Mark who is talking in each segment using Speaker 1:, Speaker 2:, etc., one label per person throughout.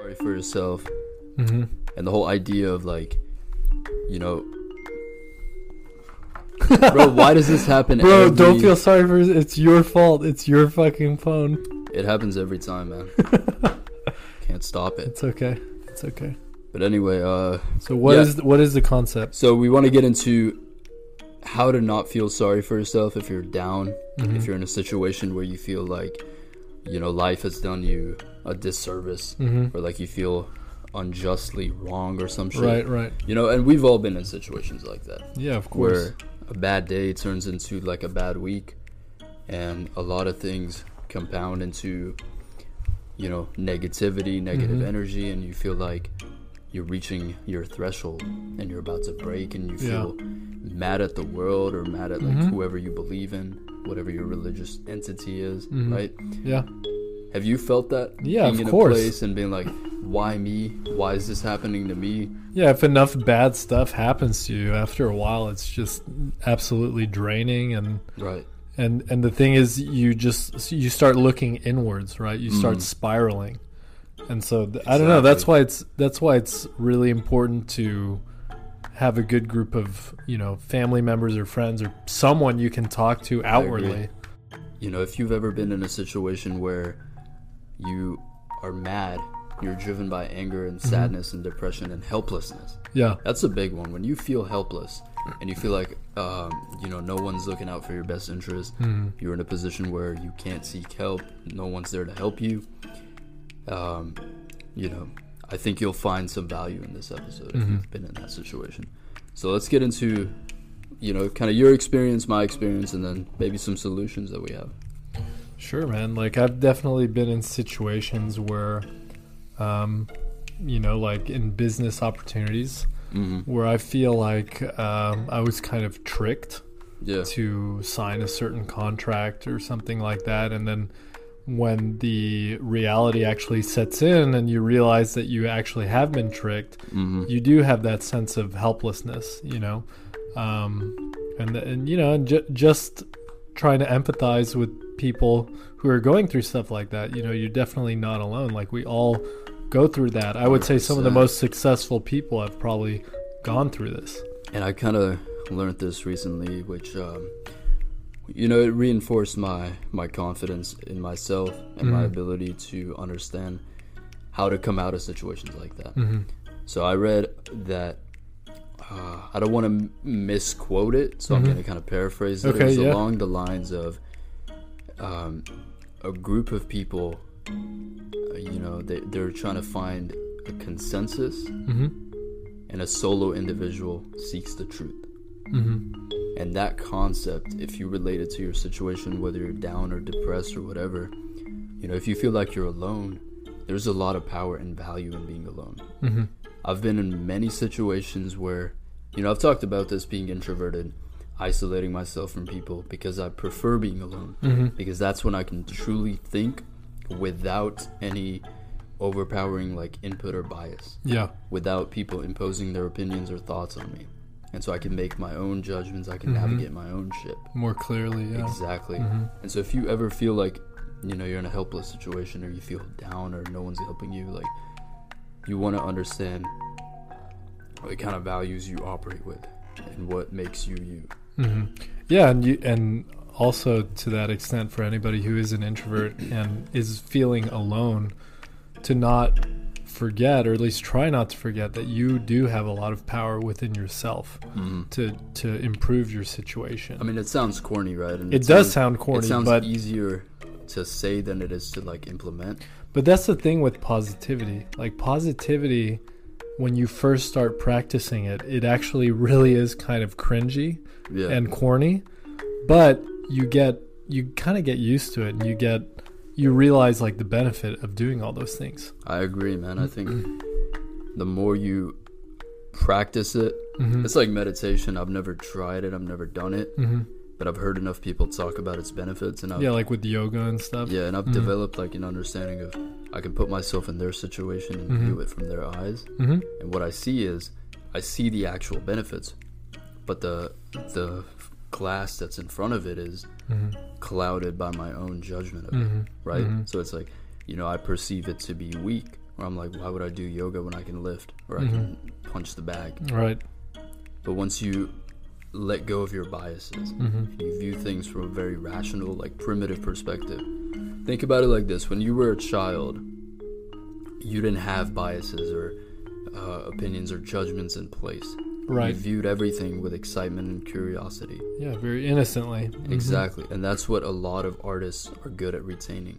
Speaker 1: story for yourself
Speaker 2: Mm-hmm.
Speaker 1: and the whole idea of like, you know, bro, why does this happen?
Speaker 2: Bro, don't
Speaker 1: every-
Speaker 2: feel sorry for it's your fault. It's your fucking phone.
Speaker 1: It happens every time, man. Can't stop it.
Speaker 2: It's okay. It's okay.
Speaker 1: But anyway, uh,
Speaker 2: So what
Speaker 1: Yeah.
Speaker 2: is what is the concept?
Speaker 1: so we want to get into how to not feel sorry for yourself if you're down,
Speaker 2: Mhm.
Speaker 1: if you're in a situation where you feel like, you know, life has done you a disservice,
Speaker 2: Mhm.
Speaker 1: or like you feel unjustly wrong or some shit.
Speaker 2: Right, right.
Speaker 1: You know, and we've all been in situations like that.
Speaker 2: Yeah, of course.
Speaker 1: where a bad day turns into like a bad week and a lot of things compound into you know negativity negative
Speaker 2: Mhm.
Speaker 1: energy and you feel like you're reaching your threshold and you're about to break and you
Speaker 2: Yeah.
Speaker 1: feel mad at the world or mad at like
Speaker 2: Mhm.
Speaker 1: whoever you believe in whatever your religious entity is
Speaker 2: Mhm.
Speaker 1: right
Speaker 2: Yeah.
Speaker 1: have you felt that
Speaker 2: Yeah,
Speaker 1: being
Speaker 2: of
Speaker 1: in
Speaker 2: course.
Speaker 1: a place and being like why me why is this happening to me
Speaker 2: Yeah, if enough bad stuff happens to you after a while, it's just absolutely draining and
Speaker 1: right
Speaker 2: and and the thing is you just you start looking inwards, right? You start
Speaker 1: Mm.
Speaker 2: spiraling. And so th- I don't know, that's why it's that's why it's really important to have a good group of, you know, family members or friends or someone you can talk to outwardly.
Speaker 1: You know, if you've ever been in a situation where you are mad, you're driven by anger and sadness and depression and helplessness.
Speaker 2: Yeah.
Speaker 1: That's a big one. When you feel helpless and you feel like, um, you know, no one's looking out for your best interest, you're in a position where you can't seek help, no one's there to help you. Um, you know, I think you'll find some value in this episode if you've been in that situation. So let's get into, you know, kind of your experience, my experience, and then maybe some solutions that we have.
Speaker 2: Sure, man. Like I've definitely been in situations where, um, you know, like in business opportunities,
Speaker 1: Mhm.
Speaker 2: where I feel like um, I was kind of tricked
Speaker 1: Yeah.
Speaker 2: to sign a certain contract or something like that, and then when the reality actually sets in and you realize that you actually have been tricked,
Speaker 1: Mm-hmm.
Speaker 2: you do have that sense of helplessness, you know, um, and and you know, and ju- just trying to empathize with people who are going through stuff like that. You know, you're definitely not alone. Like we all go through that. I would say some of the
Speaker 1: 100%.
Speaker 2: most successful people have probably gone through this.
Speaker 1: And I kind of learned this recently, which, um, you know, it reinforced my, my confidence in myself and my
Speaker 2: Mhm.
Speaker 1: ability to understand how to come out of situations like that.
Speaker 2: Mm-hmm.
Speaker 1: So I read that. Uh, I don't want to m- misquote it, so I'm
Speaker 2: Mhm.
Speaker 1: going to kind of paraphrase it.
Speaker 2: Okay,
Speaker 1: it was
Speaker 2: yeah.
Speaker 1: along the lines of um, a group of people, uh, you know, they, they're trying to find a consensus
Speaker 2: Mm-hmm.
Speaker 1: and a solo individual seeks the truth.
Speaker 2: Mm-hmm.
Speaker 1: And that concept, if you relate it to your situation, whether you're down or depressed or whatever, you know, if you feel like you're alone, there's a lot of power and value in being alone.
Speaker 2: Mm-hmm.
Speaker 1: I've been in many situations where, you know, I've talked about this being introverted, isolating myself from people because I prefer being alone,
Speaker 2: Mhm.
Speaker 1: because that's when I can truly think without any overpowering like input or bias
Speaker 2: Yeah.
Speaker 1: without people imposing their opinions or thoughts on me. And so I can make my own judgments, I can navigate my own ship.
Speaker 2: More clearly. Mm-hmm. Yeah.
Speaker 1: Exactly.
Speaker 2: Mhm.
Speaker 1: And so if you ever feel like, you know, you're in a helpless situation or you feel down or no one's helping you, like you want to understand what kind of values you operate with and what makes you you.
Speaker 2: hmm Yeah, and you and also to that extent for anybody who is an introvert and is feeling alone, to not forget or at least try not to forget that you do have a lot of power within yourself to to improve your situation.
Speaker 1: I mean, it sounds corny, right? And
Speaker 2: it does sound corny,
Speaker 1: It sounds
Speaker 2: but
Speaker 1: easier to say than it is to like implement.
Speaker 2: But that's the thing with positivity. Like positivity, when you first start practicing it, it actually really is kind of cringy
Speaker 1: Yeah.
Speaker 2: and corny. But you get you kind of get used to it, and you get you realize like the benefit of doing all those things.
Speaker 1: I agree, man. I think the more you practice it,
Speaker 2: Mhm.
Speaker 1: it's like meditation. I've never tried it, I've never done it,
Speaker 2: hmm
Speaker 1: but I've heard enough people talk about its benefits, and I've
Speaker 2: Yeah, like with yoga and stuff.
Speaker 1: yeah, and I've developed like an understanding of I can put myself in their situation and view it from their eyes,
Speaker 2: hmm
Speaker 1: and what I see is I see the actual benefits, but the the glass that's in front of it is
Speaker 2: Mm-hmm.
Speaker 1: clouded by my own judgment of it, right? So it's like, you know, I perceive it to be weak, Where I'm like, why would I do yoga when I can lift or I can punch the bag?
Speaker 2: Right.
Speaker 1: But once you let go of your biases,
Speaker 2: Mhm.
Speaker 1: you view things from a very rational, like primitive perspective. Think about it like this when you were a child, you didn't have biases or uh, opinions or judgments in place.
Speaker 2: Right.
Speaker 1: You viewed everything with excitement and curiosity.
Speaker 2: Yeah. Very innocently. Mhm.
Speaker 1: Mm-hmm. Exactly. And that's what a lot of artists are good at retaining.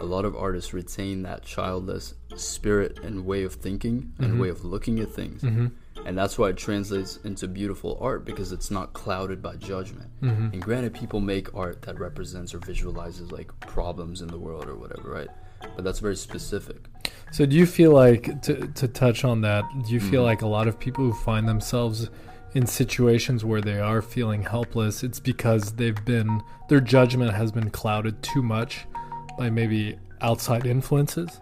Speaker 1: A lot of artists retain that childless spirit and way of thinking and way of looking at things. And that's why it translates into beautiful art because it's not clouded by judgment. And granted, people make art that represents or visualizes like problems in the world or whatever, right? But that's very specific.
Speaker 2: So do you feel like to to touch on that? Do you
Speaker 1: Mm-hmm.
Speaker 2: feel like a lot of people who find themselves in situations where they are feeling helpless, it's because they've been their judgment has been clouded too much by maybe outside influences?